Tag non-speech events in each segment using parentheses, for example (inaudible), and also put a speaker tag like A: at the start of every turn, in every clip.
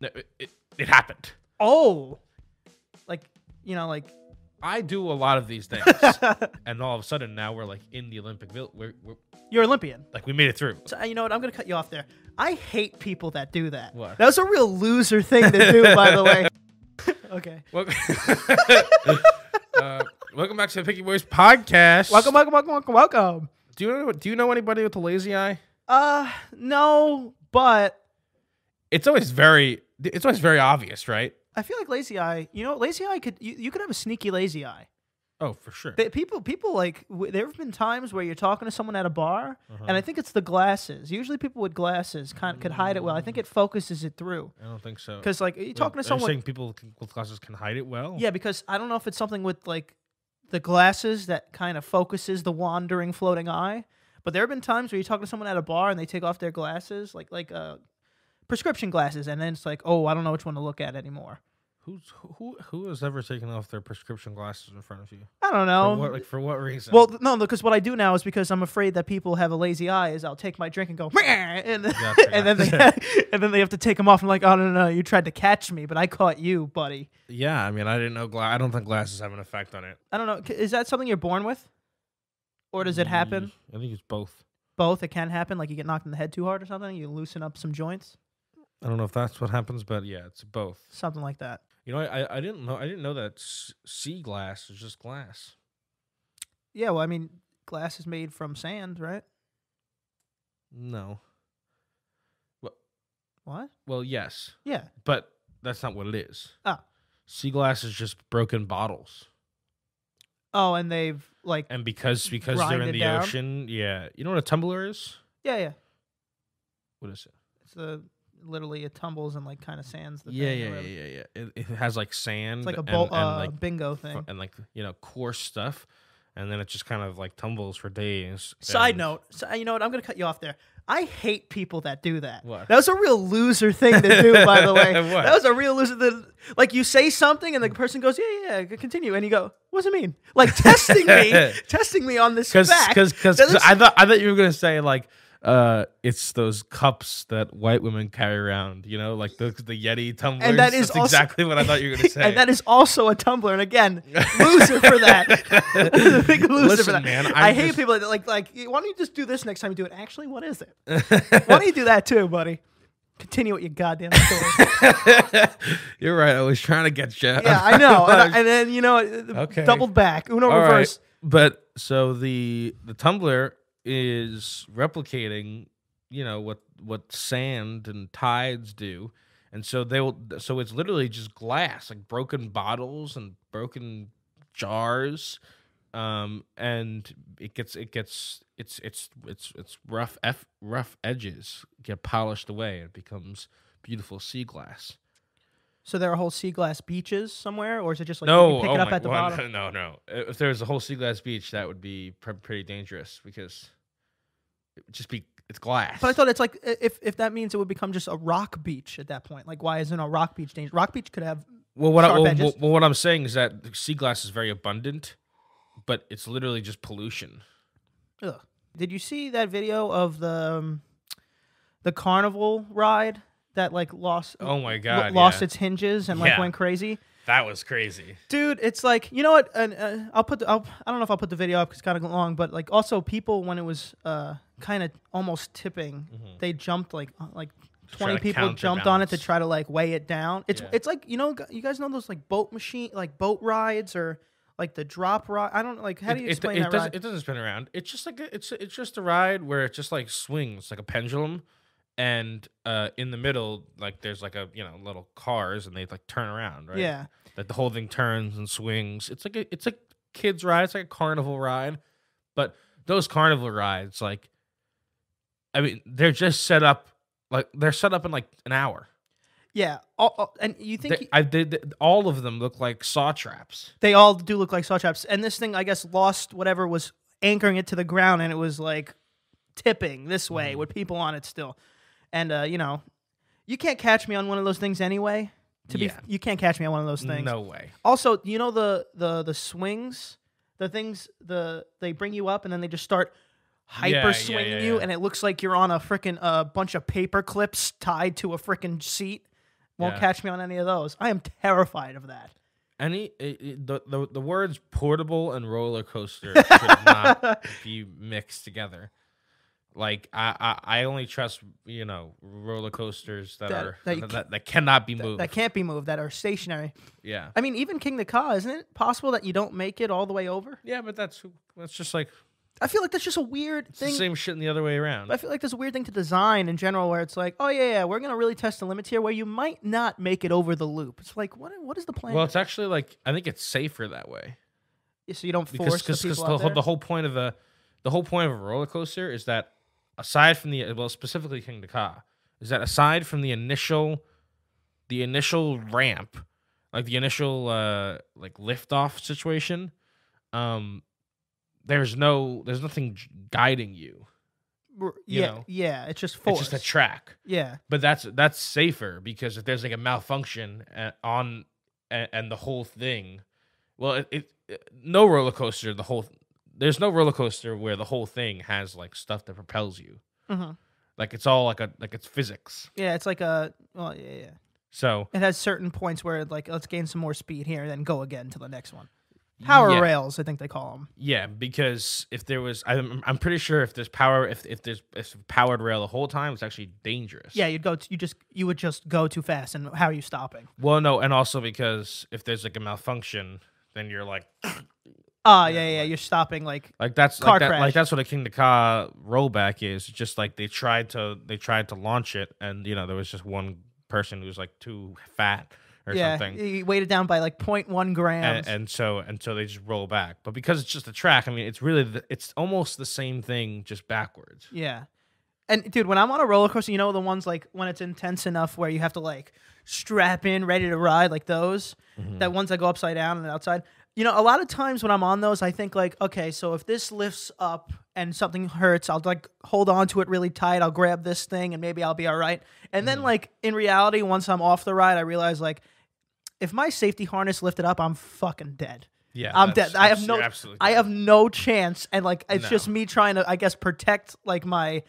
A: It, it, it happened.
B: Oh, like you know, like
A: I do a lot of these (laughs) things, and all of a sudden now we're like in the Olympic Village. We're, we're
B: you're Olympian.
A: like we made it through.
B: So, uh, you know what? I'm gonna cut you off there. I hate people that do that.
A: What?
B: That was a real loser thing to do, by
A: (laughs)
B: the way. okay.
A: Wel- (laughs) Uh, welcome back to the Picky Boys podcast.
B: Welcome, welcome, welcome, welcome, welcome.
A: Do you know Do you know anybody with a lazy eye?
B: Uh, no, but
A: It's always very It's always very obvious, right?
B: I feel like lazy eye. You know, lazy eye could you, you could have a sneaky lazy eye.
A: Oh, for sure.
B: They, people, people like w- there have been times where you're talking to someone at a bar,
A: Uh-huh.
B: and I think it's the glasses. Usually, people with glasses kind of could hide it well. I think it focuses it through
A: I don't think so.
B: because, like, you're talking
A: Are you
B: to someone.
A: saying people can- with glasses can hide it well.
B: yeah, because I don't know if it's something with like the glasses that kind of focuses the wandering, floating eye. But there have been times where you talk to someone at a bar and they take off their glasses, like like uh, prescription glasses, and then it's like, oh, I don't know which one to look at anymore.
A: Who's who? Who has ever taken off their prescription glasses in front of you?
B: I don't know.
A: For what, like for what reason?
B: Well, th- no, because what I do now is because I'm afraid that people have a lazy eye. Is I'll take my drink and go, "Meh," and,
A: Gotcha,
B: (laughs) and then they, and then they have to take them off. I'm like, oh no, no, no, you tried to catch me, but I caught you, buddy.
A: yeah. I mean, I didn't know. Gla- I don't think glasses have an effect on it.
B: I don't know. c- Is that something you're born with, or does it happen?
A: Mm, I think it's both.
B: Both. It can happen. Like you get knocked in the head too hard or something. You loosen up some joints,
A: I don't know if that's what happens, but yeah, it's both.
B: something like that.
A: You know, I, I- I didn't know I didn't know that s- sea glass is just glass.
B: Yeah. Well, I mean, glass is made from sand, right?
A: No.
B: What?
A: Well, yes,
B: Yeah.
A: but that's not what it is.
B: Oh.
A: Sea glass is just broken bottles,
B: Oh, and they've like
A: and because because
B: Grind
A: they're in
B: it
A: the
B: down?
A: ocean, yeah. You know what a tumbler is?
B: yeah, yeah.
A: What is it?
B: It's the literally it tumbles and like kind of sands the
A: Yeah,
B: thing. or
A: yeah, yeah,
B: whatever.
A: yeah, yeah. It, it has like sand,
B: It's like a
A: and-
B: bo-
A: and,
B: uh,
A: like
B: bingo
A: fu-
B: thing.
A: and like you know coarse stuff, and then it just kind of like tumbles for days.
B: Side
A: and-
B: note, so, uh, you know what? I'm gonna cut you off there. I hate people that do that.
A: What?
B: That was a real loser thing to do, by the way.
A: (laughs) What?
B: That was a real loser. The, like you say something and the person goes, "Yeah, yeah, yeah, continue," and you go, "What's it mean?" Like testing me,
A: (laughs)
B: testing me on this
A: Because
B: fact.
A: because because
B: That is-
A: I thought I thought you were gonna say like uh it's those cups that white women carry around you know like the the yeti tumblers
B: that is
A: That's
B: also-
A: exactly what I thought you were gonna say
B: (laughs) and that is also a Tumblr,
A: (laughs)
B: and again, loser for that. (laughs) Big loser for
A: Listen,
B: that.
A: man,
B: I
A: I'm
B: hate
A: just-
B: people that like like. Why don't you just do this next time you do it? Actually, what
A: (laughs)
B: is it? why don't you do that too, buddy? Continue with your goddamn story.
A: you're right I was trying to get you (laughs)
B: Yeah, I know. And, I- and then you know, it- it
A: Okay.
B: doubled back, Uno
A: All right.
B: reverse.
A: but so the the tumbler is replicating you know what what sand and tides do and so they will so it's literally just glass like broken bottles and broken jars um and it gets it gets it's it's it's it's rough f rough edges get polished away and it becomes beautiful sea glass
B: So there are whole sea glass beaches somewhere, or is it just like you
A: no,
B: can pick
A: oh
B: it up
A: my-
B: at the
A: well,
B: bottom?
A: (laughs) No, no. If there was a whole sea glass beach, that would be pr- pretty dangerous because it would just be it's glass.
B: But I thought it's like i- if if that means it would become just a rock beach at that point. Like why isn't a rock beach dangerous? Rock beach could have
A: well, what I,
B: sharp
A: well,
B: edges.
A: well, what I'm saying is that the sea glass is very abundant, but it's literally just pollution.
B: Ugh. Did you see that video of the um, the carnival ride that like lost?
A: Oh my
B: lo-
A: God,
B: lost
A: yeah.
B: its hinges and like
A: Yeah.
B: went crazy.
A: That was crazy.
B: Dude, it's like you know what? And uh, I'll put the, I'll, I don't know if I'll put the video up 'cause it's kind of long, but like also people when it was uh kind of almost tipping, they jumped like uh, like twenty
A: Mm-hmm. to
B: people jumped on it to
A: counterbalance.
B: try to like weigh it down. It's
A: Yeah.
B: it's like you know gu- you guys know those like boat machine like boat rides or like the drop ride. I don't like how do you
A: it, it,
B: explain
A: it
B: that
A: doesn't,
B: ride?
A: It doesn't spin around. It's just like a, it's it's just a ride where it just like swings like a pendulum, and uh, in the middle like there's like a you know little cars and they like turn around right.
B: Yeah,
A: that the whole thing turns and swings. It's like a, it's like kids ride. It's like a carnival ride, but those carnival rides, like, I mean, they're just set up like they're set up in like an hour.
B: yeah. All, all- and you think
A: They, I did all of them look like saw traps.
B: they all do look like saw traps. And this thing, I guess, lost whatever was anchoring it to the ground, and it was like tipping this way
A: Mm-hmm.
B: with people on it still. And uh, you know, you can't catch me on one of those things anyway. To
A: Yeah.
B: be, you can't catch me on one of those things.
A: No way.
B: Also, you know the the the swings, the things the they bring you up, and then they just start hyper
A: Yeah, yeah,
B: swinging
A: yeah,
B: you,
A: yeah.
B: and it looks like you're on a freaking uh, bunch of paper clips tied to a freaking seat. Won't
A: Yeah.
B: catch me on any of those. I am terrified of that.
A: Any it, it- the, the the words portable and roller
B: (laughs)
A: coaster should not be mixed together. Like I, I, I only trust you know roller coasters that,
B: That-
A: are
B: that
A: that,
B: you
A: that,
B: ca-
A: cannot be
B: That,
A: moved.
B: that can't be moved. That are stationary.
A: yeah,
B: I mean, even King the Ka, isn't it possible that you don't make it all the way over?
A: yeah, but that's that's just like
B: I feel like that's just a weird
A: it's the
B: thing.
A: same shit and the other way around.
B: I feel like there's a weird thing to design in general where it's like, oh yeah, yeah, we're gonna really test the limits here, where you might not make it over the loop. It's like, what? What is the plan?
A: Well, it's actually like I think it's safer that way
B: so you don't
A: because
B: force
A: cause,
B: the
A: 'cause
B: people
A: the,
B: out
A: whole-
B: there.
A: the whole point of the the whole point of a roller coaster is that aside from the well specifically King Ka is that aside from the initial the initial ramp like the initial uh like liftoff situation um there's no there's nothing j- guiding you
B: R-
A: you
B: yeah,
A: know.
B: yeah. It's just force.
A: it's just a track
B: yeah,
A: but that's that's safer because if there's like a malfunction uh, on and, and the whole thing well it, it, it- no roller coaster the whole there's no roller coaster where the whole thing has like stuff that propels you
B: hmm
A: like it's all like a like it's physics
B: yeah. It's like a well, yeah, yeah.
A: so
B: It has certain points where it, like let's gain some more speed here, and then go again to the next one. Power
A: yeah,
B: rails, I think they call them.
A: yeah because if there was i'm, I'm pretty sure if there's power if, if there's if powered rail the whole time it's actually dangerous
B: Yeah, you'd go. T- you just you would just go too fast, and how are you stopping?
A: well no and also because if there's like a malfunction then you're like
B: Ah, yeah, yeah. You're stopping like
A: Like that's
B: Car
A: like, that,
B: crash.
A: like that's what a King to Ka rollback is. It's Just like they tried to they tried to launch it, and you know there was just one person who was like too fat or
B: yeah,
A: something,
B: you weighed it down by like 0.1 grams.
A: and, and so and so they just roll back. But because it's just a track, I mean, it's really the, it's almost the same thing just backwards.
B: Yeah. And dude, when I'm on a roller coaster, you know the ones like when it's intense enough where you have to like strap in, ready to ride, like those. That ones that go upside down and outside. You know, a lot of times when I'm on those, I think like, okay, so if this lifts up and something hurts, I'll like hold on to it really tight. I'll grab this thing and maybe I'll be all right. And then like in reality, once I'm off the ride, I realize like if my safety harness lifted up, I'm fucking dead.
A: Yeah,
B: I'm
A: that's-
B: dead. I
A: that's-
B: have no
A: you're absolutely
B: I
A: correct.
B: have no chance and like it's
A: No.
B: just me trying to I guess protect like my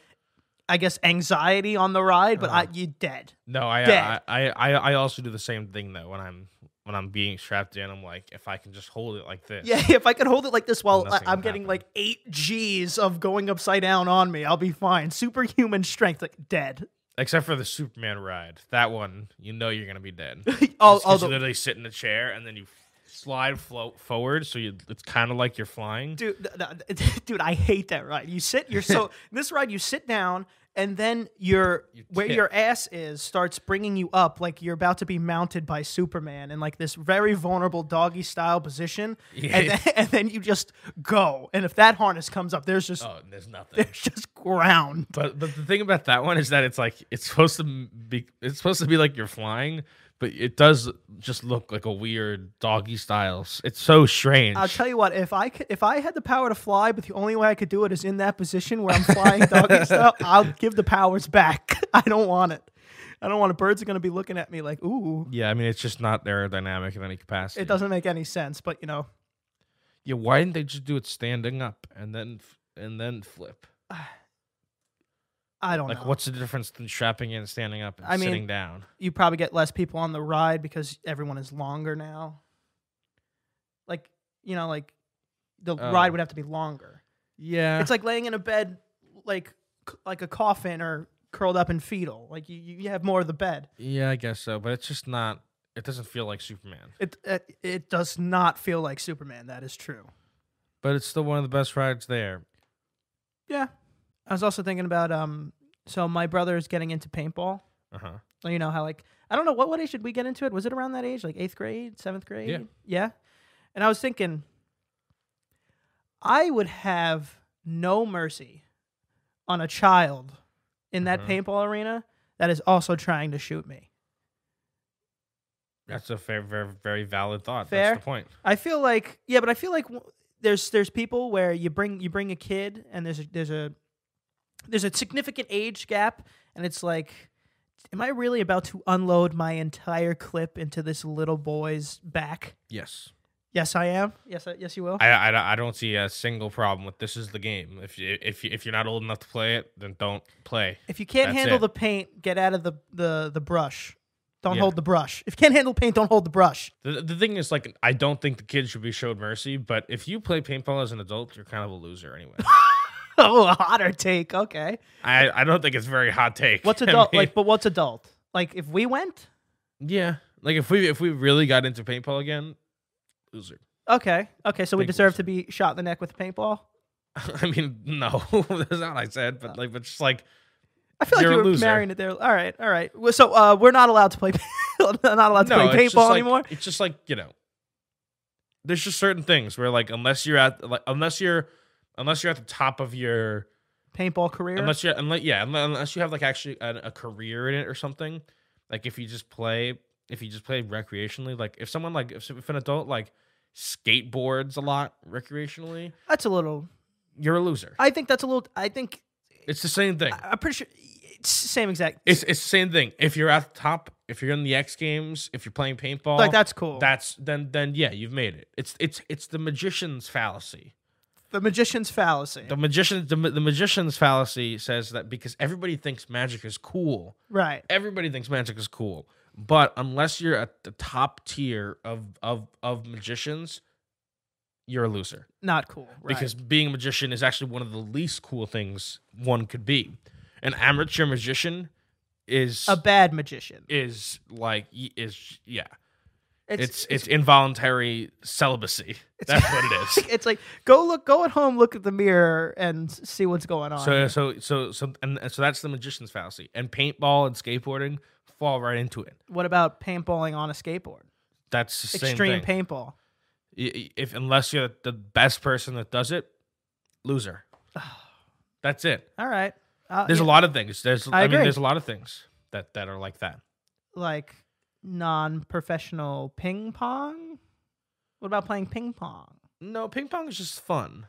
B: I guess anxiety on the ride, but
A: Uh-huh.
B: I you dead.
A: no. I,
B: dead.
A: I I I I also do the same thing though when I'm when I'm being strapped in. I'm like if I can just hold it like this.
B: Yeah, (laughs) if I could hold it like this while I,
A: Nothing
B: I'm
A: will
B: getting
A: happen.
B: like 8 Gs of going upside down on me, I'll be fine. Superhuman strength like dead.
A: Except for the Superman ride, that one you know you're gonna be
B: (laughs)
A: dead.
B: Oh,
A: Just 'cause
B: although
A: you literally sit in a chair and then you slide float forward, so you, it's kind of like you're flying.
B: dude, th- th- (laughs) dude, I hate that ride. You sit,
A: (laughs)
B: you're so in this ride, you sit down, and then your
A: You
B: where
A: tip.
B: your ass is starts bringing you up, like you're about to be mounted by Superman in like this very vulnerable doggy style position, and,
A: Yeah.
B: then, and then you just go. And if that harness comes up, there's just
A: Oh, and there's nothing.
B: (laughs) there's just ground.
A: But but the thing about that one is that it's like it's supposed to be it's supposed to be like you're flying, but it does just look like a weird doggy styles. It's so strange.
B: I'll tell you what, if I could, if I had the power to fly, but the only way I could do it is in that position where
A: (laughs)
B: I'm flying doggy style, I'll give the powers back. (laughs) I don't want it. I don't want it. Birds are going to be looking at me like, ooh.
A: yeah, I mean it's just not aerodynamic in any capacity.
B: It doesn't make any sense, but you know,
A: Yeah, why didn't they just do it standing up and then f- and then flip?
B: I don't
A: Like,
B: know.
A: what's the difference between strapping in, and standing up, and
B: Oh, I mean-
A: sitting down?
B: You probably get less people on the ride because everyone is longer now. Like, you know, like the
A: Oh.
B: ride would have to be longer.
A: Yeah,
B: It's like laying in a bed, like c- like a coffin or curled up in fetal. Like you, you have more of the bed.
A: yeah, I guess so. But it's just not. It doesn't feel like Superman.
B: It it, it does not feel like Superman. That is true.
A: but it's still one of the best rides there.
B: Yeah. I was also thinking about um. So my brother is getting into paintball.
A: Uh huh.
B: Well, you know how like I don't know what what age did we get into it? Was it around that age, like eighth grade, seventh grade?
A: Yeah.
B: And I was thinking, I would have no mercy on a child in that
A: Mhm.
B: paintball arena that is also trying to shoot me.
A: That's a fair, very, very valid thought.
B: Fair.
A: That's the point.
B: I feel like yeah, but I feel like w- there's there's people where you bring you bring a kid and there's a, there's a there's a significant age gap and it's like am I really about to unload my entire clip into this little boy's back?
A: Yes.
B: Yes, I am. Yes, I, yes, you will.
A: I, I, I don't see a single problem with this. Is the game? If you, if you, if you're not old enough to play it, then don't play.
B: if you can't
A: That's
B: handle
A: it.
B: the paint, get out of the the the brush. Don't
A: Yeah.
B: hold the brush. If you can't handle paint, don't hold the brush.
A: The, the thing is, like, I don't think the kids should be showed mercy, but if you play paintball as an adult, you're kind of a loser
B: (laughs)
A: anyway.
B: (laughs) oh, a hotter take. Okay.
A: I, I don't think it's a very hot take. (laughs)
B: What's
A: I
B: adult?
A: mean,
B: like, but what's adult? Like, if we went,
A: yeah, like if we if we really got into paintball again, loser.
B: okay, okay, so we
A: Big
B: deserve to be shot in the neck with a paintball.
A: (laughs) I mean, no, that's not what I said, but like, but just like,
B: I feel like
A: You're
B: you
A: a
B: were
A: loser.
B: marrying it there. All right, all right. Well, So uh, we're not allowed to play, (laughs) not allowed to
A: no,
B: play
A: it's just like,
B: paintball anymore.
A: It's just like you know, there's just certain things where like unless you're at like unless you're unless you're at the top of your
B: Paintball career.
A: unless you're unless yeah unle- unless you have like actually a, a career in it or something like if you just play if you just play recreationally like if someone like if, if an adult like skateboards a lot recreationally
B: that's a little.
A: you're a loser
B: I think that's a little. I think
A: it's the same thing
B: I- I'm pretty sure it's same exact.
A: it's it's the same thing if you're at the top if you're in the x games if you're playing paintball
B: like that's cool.
A: that's then then yeah you've made it it's it's it's the magician's fallacy
B: the magician's fallacy.
A: the magician the, ma- the magician's fallacy says that because everybody thinks magic is cool
B: right.
A: everybody thinks magic is cool, but unless you're at the top tier of of of magicians, you're a loser
B: Not cool. Right.
A: because being a magician is actually one of the least cool things one could be. An amateur magician is
B: a bad magician.
A: is like y- is yeah.
B: It's
A: It's it's, involuntary celibacy. That's what
B: (laughs)
A: it is.
B: it's like go look, go at home, look at the mirror, and see what's going on.
A: So uh, so so so and and so that's the magician's fallacy. And paintball and skateboarding fall right into it.
B: what about paintballing on a skateboard?
A: That's the same
B: Extreme
A: thing.
B: paintball.
A: Y- y- if unless you're the best person that does it,
B: (sighs)
A: loser. That's it.
B: All right. Uh,
A: There's a
B: yeah,
A: lot of things. There's I,
B: I
A: mean
B: agree.
A: there's a lot of things that that are like that.
B: like non-professional ping pong. What about playing ping pong?
A: No, ping pong is just fun.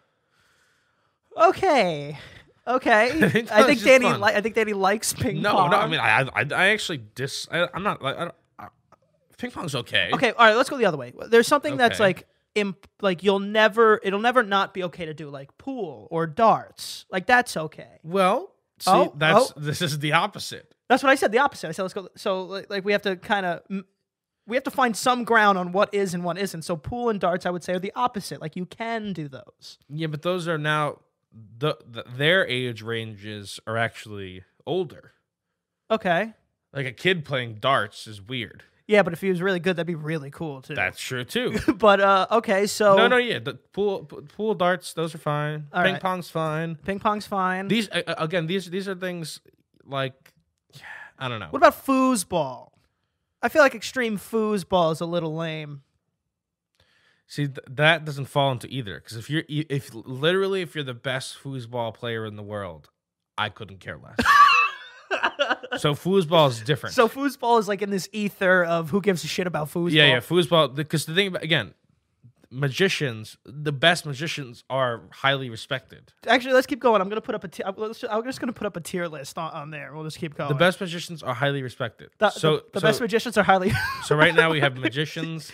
B: Okay.
A: (laughs)
B: Okay.
A: Ping
B: I
A: pong's
B: think
A: just
B: Danny.
A: fun.
B: Li- I think Danny likes ping
A: no,
B: pong.
A: no. I mean, I I, I actually dis. I, I'm not like I don't, I, ping pong's okay.
B: okay. All right. Let's go the other way. There's something that's
A: Okay.
B: like imp- like you'll never. It'll never not be okay to do like pool or darts. Like that's okay.
A: Well, see,
B: Oh,
A: that's this is the opposite.
B: That's what I said. The opposite. I said let's go. So like, like we have to kind of. We have to find some ground on what is and what isn't. So pool and darts, I would say, are the opposite. Like you can do those.
A: Yeah, but those are now the, the their age ranges are actually older.
B: Okay.
A: Like a kid playing darts is weird.
B: Yeah, but if he was really good, that'd be really cool too.
A: That's sure too.
B: (laughs) but uh, okay, so
A: No, no, yeah. The pool, p- pool darts, those are fine.
B: All
A: Ping
B: right. Mm.
A: pong's fine.
B: ping pong's fine.
A: These a- a- again, these these are things like I don't know.
B: what about foosball? I feel like extreme foosball is a little lame.
A: See, th- that doesn't fall into either. Because if you're, e- if literally, if you're the best foosball player in the world, I couldn't care
B: (laughs)
A: less. so foosball is different.
B: So foosball is like in this ether of who gives a shit about foosball.
A: yeah, yeah, foosball. Because the thing about again, magicians, the best magicians are highly respected.
B: Actually, let's keep going. I'm gonna put up a. T- I'm let's- I'm just gonna put up a tier list on, on there. We'll just keep going.
A: The best magicians are highly respected.
B: The, the-
A: so
B: the, best
A: so-
B: magicians are highly. (laughs)
A: So right now we have magicians,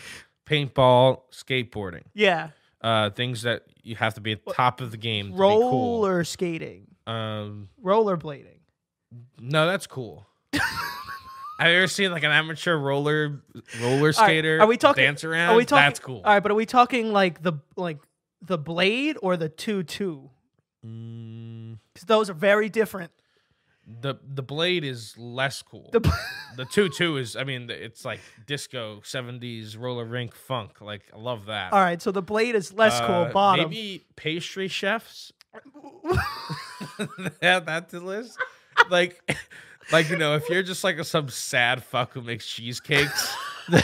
A: paintball, skateboarding,
B: yeah.
A: uh, things that you have to be at the top of the game. To be cool.
B: Roller skating,
A: Um,
B: rollerblading.
A: no, that's
B: (laughs)
A: cool. Have you ever seen like an amateur roller roller
B: All right,
A: skater?
B: Are we talking?
A: dance around?
B: Are we talking?
A: That's cool.
B: All right, but are we talking like the like the blade or the two two?
A: Mm,
B: Because those are very different.
A: the the blade is less cool.
B: (laughs)
A: The
B: The,
A: two two is I mean it's like disco seventies roller rink funk. Like I love that.
B: all right, so the blade is less
A: Uh,
B: cool. Bottom.
A: Maybe pastry chefs (laughs) add that to the list. Like, (laughs) like you know, if you're just like some sad fuck who makes cheesecakes, then-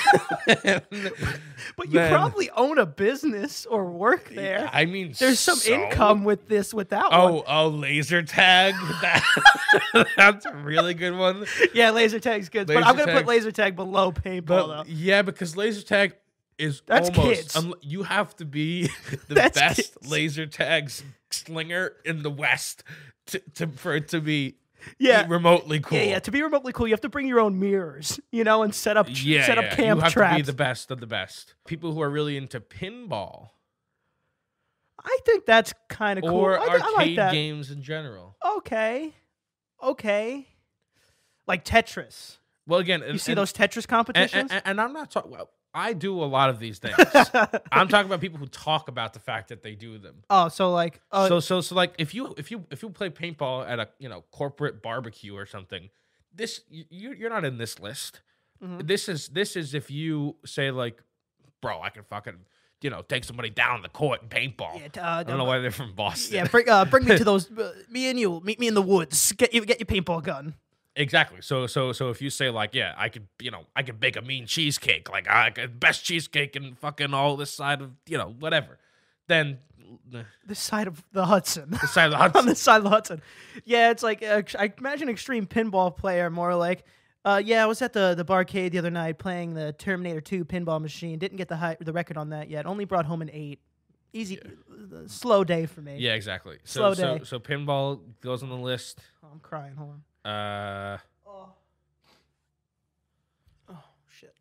B: (laughs) but you
A: then-
B: probably own a business or work there.
A: (laughs) I mean,
B: There's some
A: so-
B: income with this, with that one.
A: Oh, oh, laser tag. (laughs) That, that's a really good one.
B: Yeah, laser tag's good. but
A: Laser
B: I'm gonna put
A: tag.
B: laser tag below paintball
A: But
B: though.
A: yeah, because laser tag is
B: That's
A: almost
B: kids.
A: unl- you have to be (laughs) the
B: That's
A: best
B: kids.
A: laser tag slinger in the West to, to for it to be
B: Yeah.
A: remotely cool.
B: Yeah, yeah. To be remotely cool, you have to bring your own mirrors, you know, and set up set up camp
A: you have
B: traps.
A: to be the best of the best. People who are really into pinball
B: I think that's kind of cool.
A: or
B: I, thi- I
A: arcade
B: like that.
A: games in general.
B: Okay, okay, like Tetris.
A: Well, again,
B: You see those Tetris
A: and,
B: competitions?
A: and- and I'm not talking. Well, I do a lot of
B: (laughs)
A: these things. I'm talking about people who talk about the fact that they do them.
B: oh, so like, oh,
A: so so so like if you if you if you play paintball at a you know corporate barbecue or something, this you you- you're not in this list.
B: mhm.
A: This is this is if you say like, bro, I can fucking you know take somebody down the court and paintball.
B: yeah, uh,
A: I
B: (laughs)
A: don't know why they're from Boston.
B: yeah, bring, uh, bring me to those. Uh, me and you, meet me in the woods. Get you, get your paintball gun.
A: (laughs) Exactly. So so so if you say like, yeah, I could, you know, I could bake a mean cheesecake, like I could best cheesecake in fucking all this side of, you know, whatever. Then the
B: This side of the Hudson.
A: side of the
B: (laughs) on
A: Hudson.
B: the side of the Hudson. Yeah, it's like uh, I imagine extreme pinball player more like. Uh, yeah, I was at the the barcade the other night playing the Terminator 2 pinball machine. Didn't get the high, the record on that yet. Only brought home an eight. Easy, uh, slow day for me.
A: Yeah, exactly. So
B: Slow
A: so
B: day.
A: so pinball goes on the list.
B: Oh, I'm crying. Hold on.
A: Uh
B: Oh. Oh shit.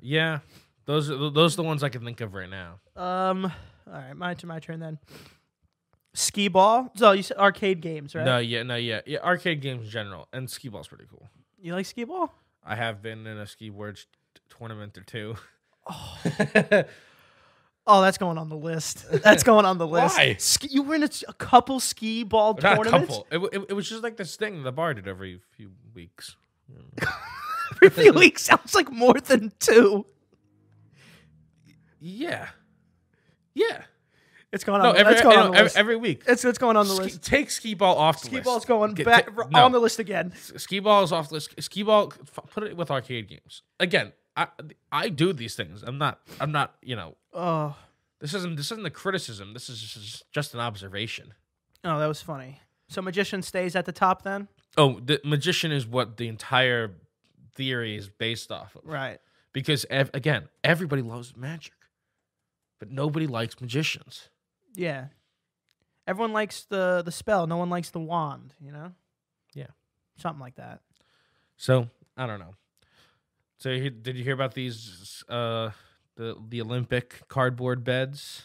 A: yeah. Those are those are the ones I can think of right now.
B: Um. All right, my turn. My turn then. Skee ball. So you said arcade games, right?
A: No, yeah, no, yeah. Yeah, arcade games in general. And skee ball's pretty cool.
B: You like skee ball?
A: I have been in a ski board t- tournament or two. (laughs)
B: Oh, that's going on the list.
A: (laughs)
B: That's going on the list.
A: Why?
B: Ski, you were in a, s- a couple skee ball
A: Not a
B: tournaments. (laughs)
A: couple. It, wa- it, it was just like this thing the bar did every few weeks. (laughs)
B: Every week sounds like more than two.
A: Yeah. Yeah.
B: It's going on.
A: No,
B: the,
A: every,
B: Um, that's going
A: no,
B: on the
A: every,
B: list.
A: every week.
B: it's, it's going on the
A: Ski-
B: list.
A: take skee ball off the
B: Skee
A: list.
B: ball's going
A: Get-
B: back
A: ta-
B: r-
A: no.
B: on the list again.
A: Skee ball is off the list. Skee ball, f- put it with arcade games. Again, I I do these things. I'm not. I'm not. You know,
B: Oh,
A: this isn't. This isn't a criticism. This is just, just an observation.
B: oh, that was funny. So magician stays at the top then,
A: Oh, the magician is what the entire theory is based off of.
B: right?
A: Because ev- again, everybody loves magic, but nobody likes magicians.
B: Yeah. Everyone likes the the spell. No one likes the wand. You know.
A: Yeah.
B: Something like that.
A: So I don't know. So you- did you hear about these uh, the the Olympic cardboard beds?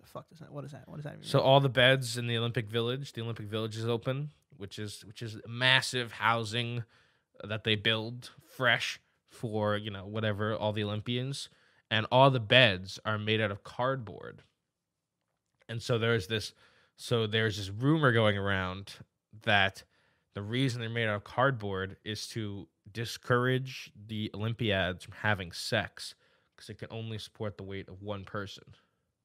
B: The fuck does that? What is that? What does that even?
A: So all the beds in the Olympic Village, the Olympic Village is open, which is which is massive housing that they build fresh for you know whatever all the Olympians, and all the beds are made out of cardboard. And so there's this, so there's this rumor going around that the reason they're made out of cardboard is to discourage the Olympiads from having sex because it can only support the weight of one person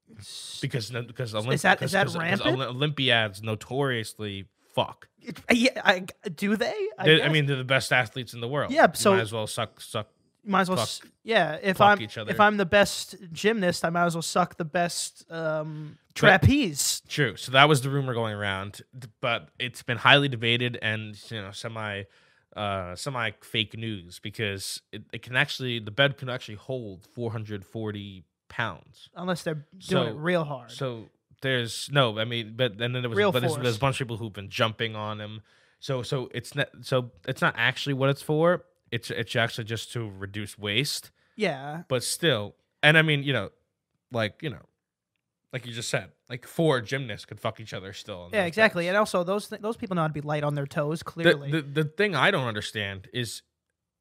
B: means?
A: because no- because Olymp-
B: Is that-
A: because,
B: is that
A: because- 'cause
B: rampant?
A: Oly- Olympiads notoriously fuck.
B: It- uh, yeah, I, do they? I,
A: They- I,
B: guess.
A: mean, they're the best athletes in the world.
B: Yeah,
A: You
B: so-
A: might as well suck suck.
B: might as well.
A: fuck-
B: s- yeah, if
A: fuck
B: I'm
A: each other.
B: if I'm the best gymnast, I might as well suck the best um, trapeze.
A: True. So that was the rumor going around, d- but it's been highly debated and you know semi. Uh, semi fake news because it, it can actually the bed can actually hold 440 pounds.
B: unless they're doing it
A: So-
B: real hard.
A: So there's no, I mean, but and then there was
B: Real
A: but there's, there's
B: force.
A: a bunch of people who've been jumping on him. So so it's not so it's not actually what it's for. It's it's actually just to reduce waste,
B: yeah,
A: but still, and I mean, you know, like you know, like you just said, like four gymnasts could fuck each other still. in
B: yeah,
A: those
B: exactly.
A: things.
B: And also, those th- those people know how to be light on their toes.
A: The,
B: Clearly,
A: the the thing I don't understand is,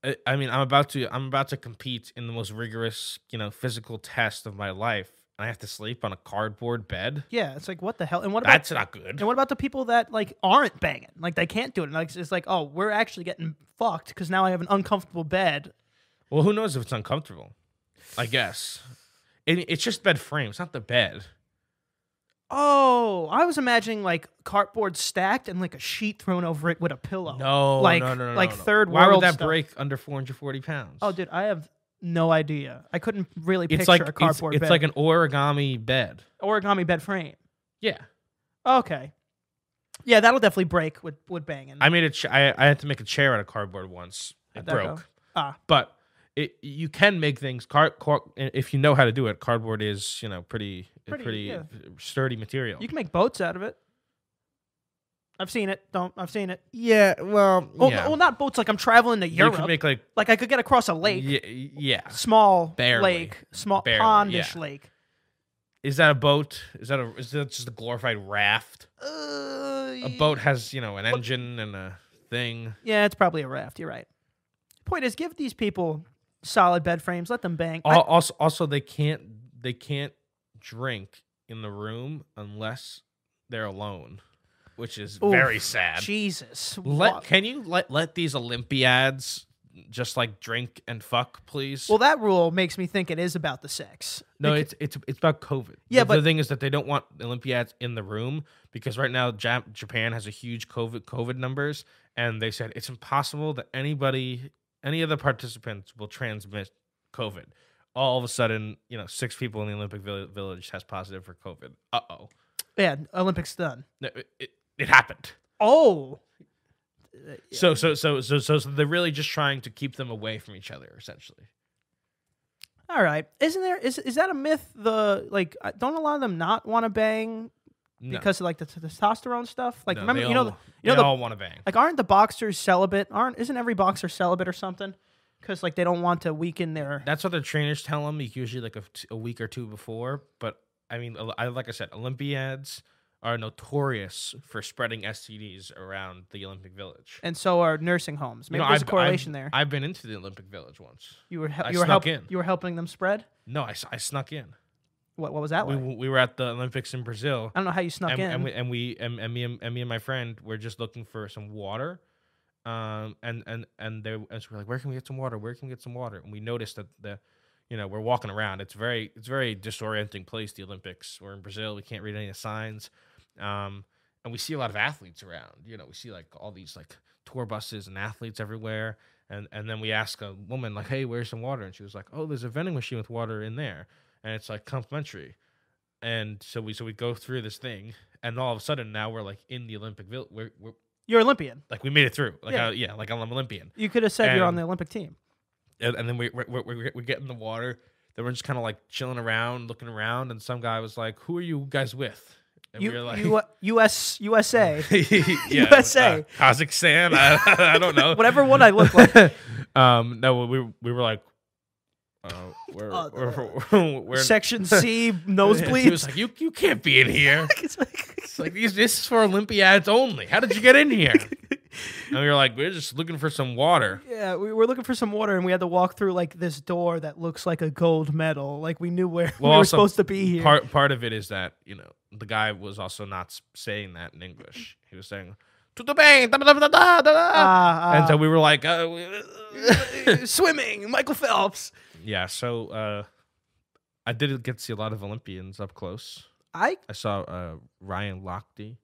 A: I, I mean, I'm about to I'm about to compete in the most rigorous you know physical test of my life, and I have to sleep on a cardboard bed.
B: yeah, it's like what the hell? And what about
A: That's not good.
B: and what about the people that like aren't banging? Like they can't do it. And, like it's like, oh, we're actually getting fucked because now I have an uncomfortable bed.
A: Well, who knows if it's uncomfortable? I guess. And it's just bed frames, not the bed.
B: Oh, I was imagining like cardboard stacked and like a sheet thrown over it with a pillow.
A: No,
B: Like-
A: no, no, no,
B: like
A: no, no.
B: third
A: Why would
B: world
A: that
B: stuff.
A: break under 440 pounds?
B: Oh, dude, I have no idea. I couldn't really picture
A: it's like
B: a
A: it's-
B: cardboard
A: It's,
B: bed.
A: like an origami bed.
B: origami bed frame.
A: Yeah,
B: Okay. Yeah, that'll definitely break with with banging.
A: I made a. Ch- I I had to make a chair out of cardboard once. It
B: How'd that go?
A: broke.
B: Ah.
A: but it you can make things. Car, car, if you know how to do it, cardboard is you know pretty
B: Pretty,
A: pretty,
B: yeah.
A: sturdy material.
B: You can make boats out of it. I've seen it. Don't I've seen it.
A: yeah, well,
B: Well,
A: yeah.
B: well not boats. Like I'm traveling to
A: you
B: Europe.
A: can make like
B: like I could get across a lake,
A: yeah, yeah.
B: small
A: Barely.
B: lake, small
A: Barely,
B: pondish
A: yeah.
B: lake.
A: Is that a boat? Is that a is that just a glorified raft?
B: Uh,
A: A boat has you know an engine and a thing.
B: Yeah, it's probably a raft. You're right. Point is, give these people solid bed frames. Let them bank. I-
A: Al also, also they can't they can't drink in the room unless they're alone, which is
B: Oof,
A: very sad.
B: Jesus.
A: let
B: Wha-
A: can you let let these Olympiads just like drink and fuck, please?
B: well, that rule makes me think it is about the sex.
A: no,
B: Beca-
A: it's it's it's about COVID.
B: Yeah,
A: the, the
B: but-
A: thing is that they don't want Olympiads in the room because right now Jap- Japan has a huge COVID COVID numbers, and they said it's impossible that anybody any of the participants will transmit COVID. All of a sudden, you know, six people in the Olympic Vill- Village has positive for COVID. Uh oh,
B: yeah, Olympics done.
A: it, it, it happened.
B: Oh,
A: So so so so so so they're really just trying to keep them away from each other, essentially.
B: all right. Isn't there? Is is that a myth? The like, I- don't a lot of them not want to bang
A: No.
B: because of like the, t- testosterone stuff? Like,
A: No,
B: remember,
A: they
B: you know,
A: all-
B: the- you know
A: they
B: the-
A: all want to bang.
B: like aren't the boxers celibate? Aren't isn't every boxer celibate or something? Because like they don't want to weaken their.
A: That's what their trainers tell them. Usually, like a, t- a week or two before. But I mean, a- I, like I said, Olympiads are notorious for spreading STDs around the Olympic Village.
B: and so are nursing homes.
A: You
B: Maybe
A: know,
B: there's
A: I've-
B: a correlation
A: I've-
B: there.
A: I've been into the Olympic Village once.
B: you were hel-
A: I
B: you were
A: snuck
B: helping
A: in.
B: you were helping them spread.
A: No, I, s- I snuck in.
B: What what was that
A: We,
B: like?
A: we were at the Olympics in Brazil,
B: I don't know how you snuck
A: and,
B: in.
A: and we and we and, and me and, and me and my friend were just looking for some water, um, and and and they and so we're like, where can we get some water? Where can we get some water? And we noticed that the, you know, we're walking around. It's very it's very disorienting place. The Olympics. We're in Brazil. We can't read any of the signs, um, and we see a lot of athletes around. You know, we see like all these like tour buses and athletes everywhere. And and then we ask a woman like, hey, where's some water? And she was like, oh, there's a vending machine with water in there, and it's like complimentary and so we so we go through this thing and all of a sudden now we're like in the olympic village we're, we're
B: you're Olympian.
A: like we made it through like
B: Yeah.
A: I, yeah like i'm an olympian
B: You could have said you're on
A: And-
B: the Olympic team.
A: and, and then we we, we, we we get in the water then we're just kind of like chilling around looking around and some guy was like who are you guys with and
B: You,
A: we were like
B: you U.S.
A: (laughs)
B: USA, (laughs)
A: yeah,
B: USA.
A: uh, kazakhstan I, (laughs) I don't know
B: whatever one I look like.
A: um no we we were like
B: (laughs)
A: uh, we're,
B: Uh,
A: we're, (laughs) (laughs) we're,
B: Section C
A: he was
B: nosebleeds.
A: like you you can't be in here
B: It's like-
A: It's like these. This is for Olympiads only. How did you get in here? and we were like, we're just looking for some water.
B: (laughs) yeah, we were looking for some water, and we had to walk through like this door that looks like a gold medal. Like we knew where
A: Well,
B: we were
A: also,
B: supposed to be here.
A: Part part of it is that you know the guy was also not s- saying that in English. He was saying "Tudo bem, da, da, da, da, da, da." (laughs) and
B: Ah,
A: so
B: ah.
A: we were like, uh,
B: (laughs)
A: we- (laughs)
B: swimming, Michael Phelps.
A: yeah. So uh, I did get to see a lot of Olympians up close.
B: I,
A: I saw uh, Ryan Lochte.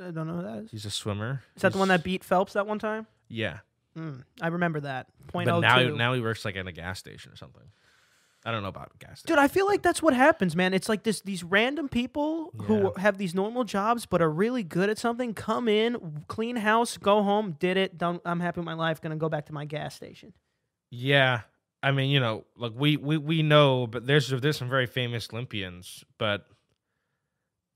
B: I don't know who that is.
A: He's a swimmer.
B: Is that the one
A: He's-
B: that beat Phelps that one time?
A: Yeah.
B: Mm, I remember that. Point
A: But
B: oh
A: now,
B: two.
A: now he works like in a gas station or something. I don't know about gas station.
B: Dude, I feel like that's what happens, man. It's like this these random people who
A: Yeah.
B: have these normal jobs but are really good at something come in, w- clean house, go home, did it, done, I'm happy with my life, gonna go back to my gas station.
A: Yeah, I mean, you know, like we we we know, but there's there's some very famous Olympians, but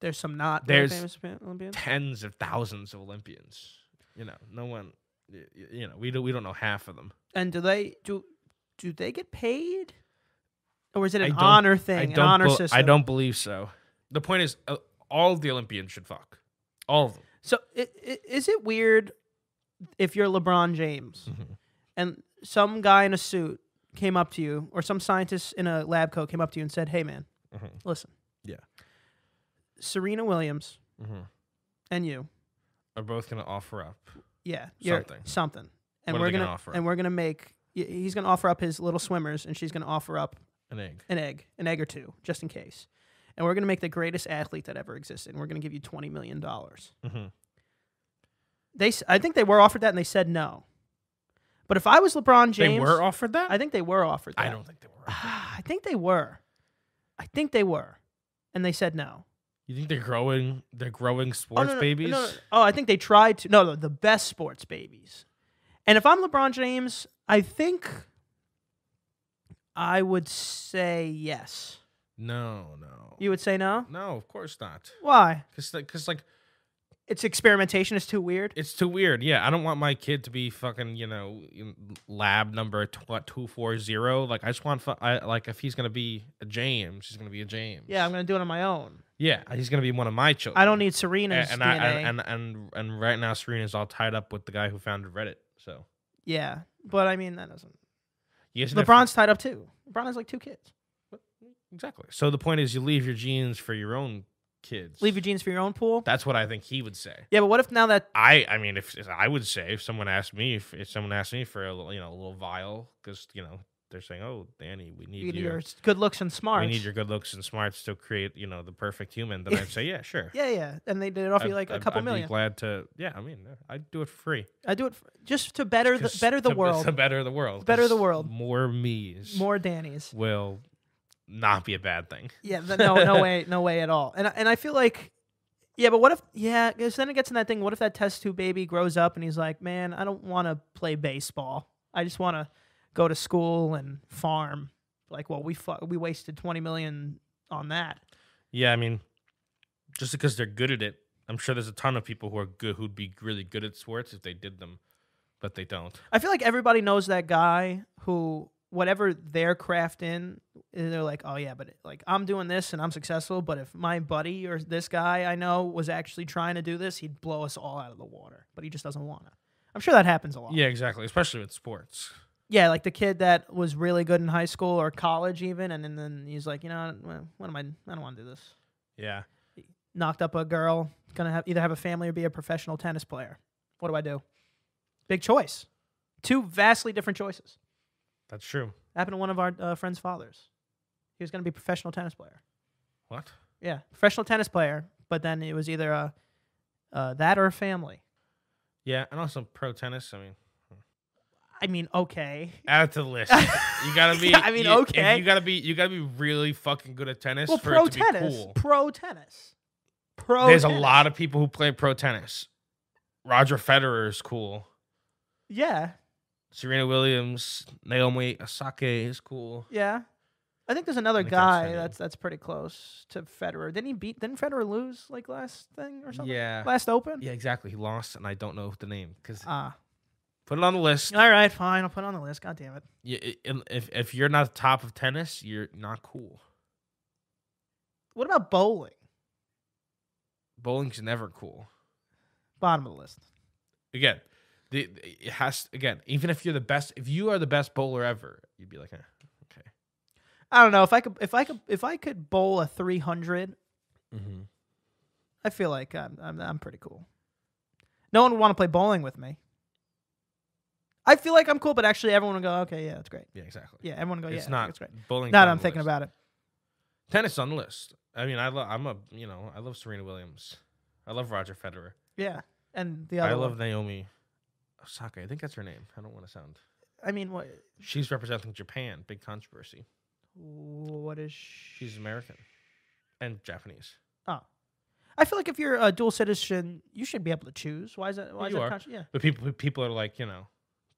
B: There's some not
A: There's-
B: There's, famous Olympi- Olympians.
A: tens of thousands of Olympians. You know, no one. y- y- You know, we do we don't know half of them.
B: And do they do do they get paid? Or is it
A: I
B: an
A: don't-
B: honor
A: I
B: thing, an
A: don't
B: honor
A: bel-
B: system?
A: I don't believe so. The point is, uh, all of the Olympians should fuck. All of them.
B: So i- i- is it weird if you're LeBron James
A: Mhm.
B: and some guy in a suit came up to you or some scientist in a lab coat came up to you and said, "Hey man,
A: Mhm.
B: listen.
A: Yeah.
B: Serena Williams
A: Mhm.
B: and you.
A: Are both gonna offer up?
B: Yeah, you're
A: Something.
B: something. And
A: What are
B: we're
A: they gonna
B: gonna,
A: offer
B: and
A: up?
B: we're gonna make. y- He's gonna offer up his little swimmers, and she's gonna offer up
A: An egg.
B: an egg, an egg or two, just in case. And we're gonna make the greatest athlete that ever existed. And we're gonna give you twenty million dollars.
A: Mhm.
B: They, s- I think they were offered that, and they said no. But if I was LeBron James,
A: They were offered that.
B: I think they were offered. That.
A: I
B: (sighs)
A: don't think they were.
B: I think they were. I think they were, and they said no.
A: You think they're growing? They're growing
B: Oh,
A: sports
B: no, no, no,
A: babies.
B: no, no. Oh, I think they tried to. No, no, the best sports babies. And if I'm LeBron James, I think I would say yes.
A: No, no,
B: You would say no?
A: no. Of course not.
B: Why?
A: Cause, like, cause like,
B: It's experimentation is too weird.
A: It's too weird. Yeah, I don't want my kid to be fucking, you know, in lab number tw- 240. Like I just want fu- I, like if he's going to be a James, he's going to be a James.
B: Yeah, I'm gonna do it on my own.
A: Yeah, he's going to be one of my children.
B: I don't need
A: A-
B: Serena's
A: and
B: DNA.
A: I, and, and and and right now Serena's all tied up with the guy who founded Reddit. So,
B: yeah, but I mean that doesn't.
A: yes,
B: LeBron's tied up too. LeBron has like two kids.
A: Exactly. So the point is, you leave your genes for your own kids.
B: Leave your genes for your own pool.
A: That's what I think he would say.
B: yeah, but what if now that
A: I, I mean, if, if I would say, if someone asked me, if, if someone asked me for a little, you know, a little vial, because you know they're saying, oh, Danny, we need
B: you need
A: your,
B: your good looks and smarts?
A: we need your good looks and smarts to create, you know, the perfect human. Then I'd say, yeah, sure.
B: (laughs) yeah, yeah, and they did it off you like
A: a
B: a couple
A: I'd Be
B: million.
A: glad to, yeah. I mean, I'd do it for free.
B: I do it f just to better the
A: 'Cause (laughs)
B: better the
A: to-
B: world,
A: To better the world.
B: Better the
A: 'cause
B: world.
A: More me's.
B: (laughs) more Danny's.
A: will not be a bad thing.
B: Yeah, th- no, no way, no way at all. And I- and I feel like, yeah, but what if? Yeah, because then it gets in that thing. What if that test tube baby grows up and he's like, man, I don't want to play baseball. I just want to go to school and farm. Like, well, we fu- we wasted twenty million on that.
A: Yeah, I mean, just because they're good at it, I'm sure there's a ton of people who are good who'd be really good at sports if they did them, but they don't.
B: I feel like everybody knows that guy who whatever their craft in they're like oh yeah but like i'm doing this and i'm successful but if my buddy or this guy i know was actually trying to do this he'd blow us all out of the water but he just doesn't want to i'm sure that happens a lot
A: Yeah, exactly. Especially with sports.
B: yeah like the kid that was really good in high school or college even and then, then he's like you know well, what am i i don't want to do this
A: Yeah,
B: knocked up a girl gonna have either have a family or be a professional tennis player what do i do big choice two vastly different choices
A: that's true.
B: Happened to one of our uh, friends' fathers. He was going to be a professional tennis player.
A: What?
B: Yeah, professional tennis player. But then it was either uh, uh, that or a family.
A: Yeah, and also pro tennis. I mean,
B: I mean, okay.
A: add to the
B: (laughs)
A: list. (laughs) You gotta be.
B: Yeah, (laughs) I mean,
A: you- if
B: okay.
A: You gotta be. You gotta be really fucking good at tennis
B: well,
A: for
B: pro
A: it to
B: tennis,
A: be cool.
B: pro tennis, pro.
A: There's a
B: tennis.
A: lot of people who play pro tennis. Roger Federer is cool.
B: Yeah,
A: Serena Williams, Naomi Osaka is cool.
B: yeah. I think there's another
A: I think that's
B: guy
A: it.
B: that's that's pretty close to Federer. Didn't he beat? Didn't Federer lose like last thing or something?
A: Yeah.
B: Last Open.
A: Yeah, exactly. He lost, and I don't know the name because
B: Ah.
A: put it on the list.
B: All right, fine. I'll put it on the list. God damn it.
A: You, i- in- if if you're not the top of tennis, you're not cool.
B: What about bowling?
A: Bowling's never cool.
B: Bottom of the list.
A: Again, the, the- it has again. Even if you're the best, if you are the best bowler ever, you'd be like, eh, okay.
B: I don't know if I could if I could if I could bowl a 300
A: Mm-hmm.
B: I feel like I'm I'm, I'm pretty cool. No one would want to play bowling with me. I feel like I'm cool, but actually everyone would go, okay, yeah, that's great.
A: Yeah, exactly.
B: Yeah, everyone would go, Oh, yeah,
A: it's not
B: that's great.
A: bowling.
B: Now that I'm thinking about it,
A: tennis on the list. I mean, I love. I'm a you know I love Serena Williams. I love Roger Federer.
B: yeah, and the other,
A: I
B: one-
A: love Naomi Osaka. I think that's her name. I don't want to sound.
B: I mean, what
A: She's representing Japan. Big controversy.
B: what is she?
A: She's American and Japanese.
B: Oh, I feel like if you're a dual citizen, you should be able to choose. Why is that?
A: Yeah,
B: Why is
A: you
B: that?
A: are.
B: contr- yeah,
A: But people people are like, you know,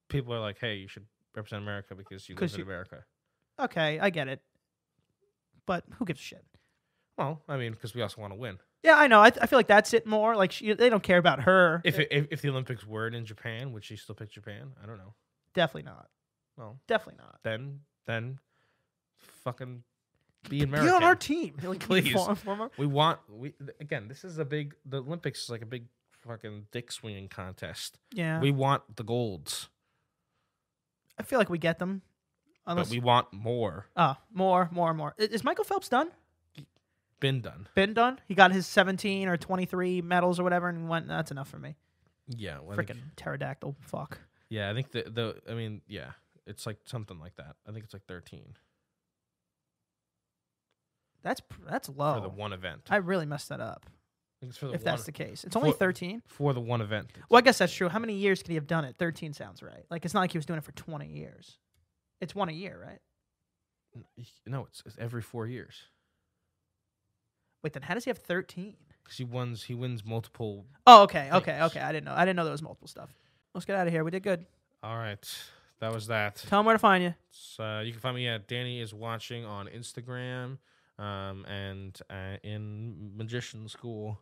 A: people are like, hey, you should represent America because you live
B: 'Cause
A: in
B: you-
A: America.
B: okay, I get it. But who gives a shit?
A: Well, I mean, because we also want to win.
B: Yeah, I know. I, I feel like that's it more. Like she, they don't care about her.
A: If, it, if if the Olympics were in Japan, would she still pick Japan? I don't know.
B: definitely not.
A: Well,
B: Definitely not.
A: then then fucking be American.
B: Be on our team,
A: (laughs)
B: like, can you
A: Please.
B: form- form our-
A: we want we again. This is a big. The Olympics is like a big fucking dick swinging contest.
B: Yeah,
A: We want the golds,
B: I feel like we get them. Unless
A: but we want more.
B: oh, more, more, more. I- Is Michael Phelps done?
A: Been done.
B: Been done? He got his seventeen or twenty-three medals or whatever, and went. That's enough for me.
A: Yeah. well, I think-
B: Freaking pterodactyl. Fuck.
A: Yeah, I think the the I mean, yeah, it's like something like that. I think it's like thirteen
B: That's pr- that's
A: for the
B: low.
A: one event.
B: I really messed that up.
A: I think it's for the
B: If
A: one
B: that's the case, it's only
A: For-
B: thirteen.
A: for the one event.
B: Well, I guess that's true. How many years could he have done it? Thirteen sounds right. Like it's not like he was doing it for twenty years. It's one a year, right?
A: No, it's, it's every four years
B: Wait, then how does he have thirteen?
A: because he wins. He wins multiple.
B: Oh, okay, okay,
A: Thanks.
B: okay. I didn't know. I didn't know there was multiple stuff. Let's get out of here. We did good.
A: All right, that was that.
B: Tell him where to find you.
A: So, uh, you can find me at Danny is watching on Instagram, um, and uh, in magician school.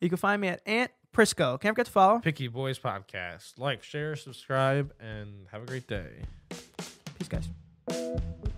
B: You can find me at Ant Prisco. Can't forget to follow.
A: Picky Boys Podcast. Like, share, subscribe, and have a great day.
B: Peace, guys.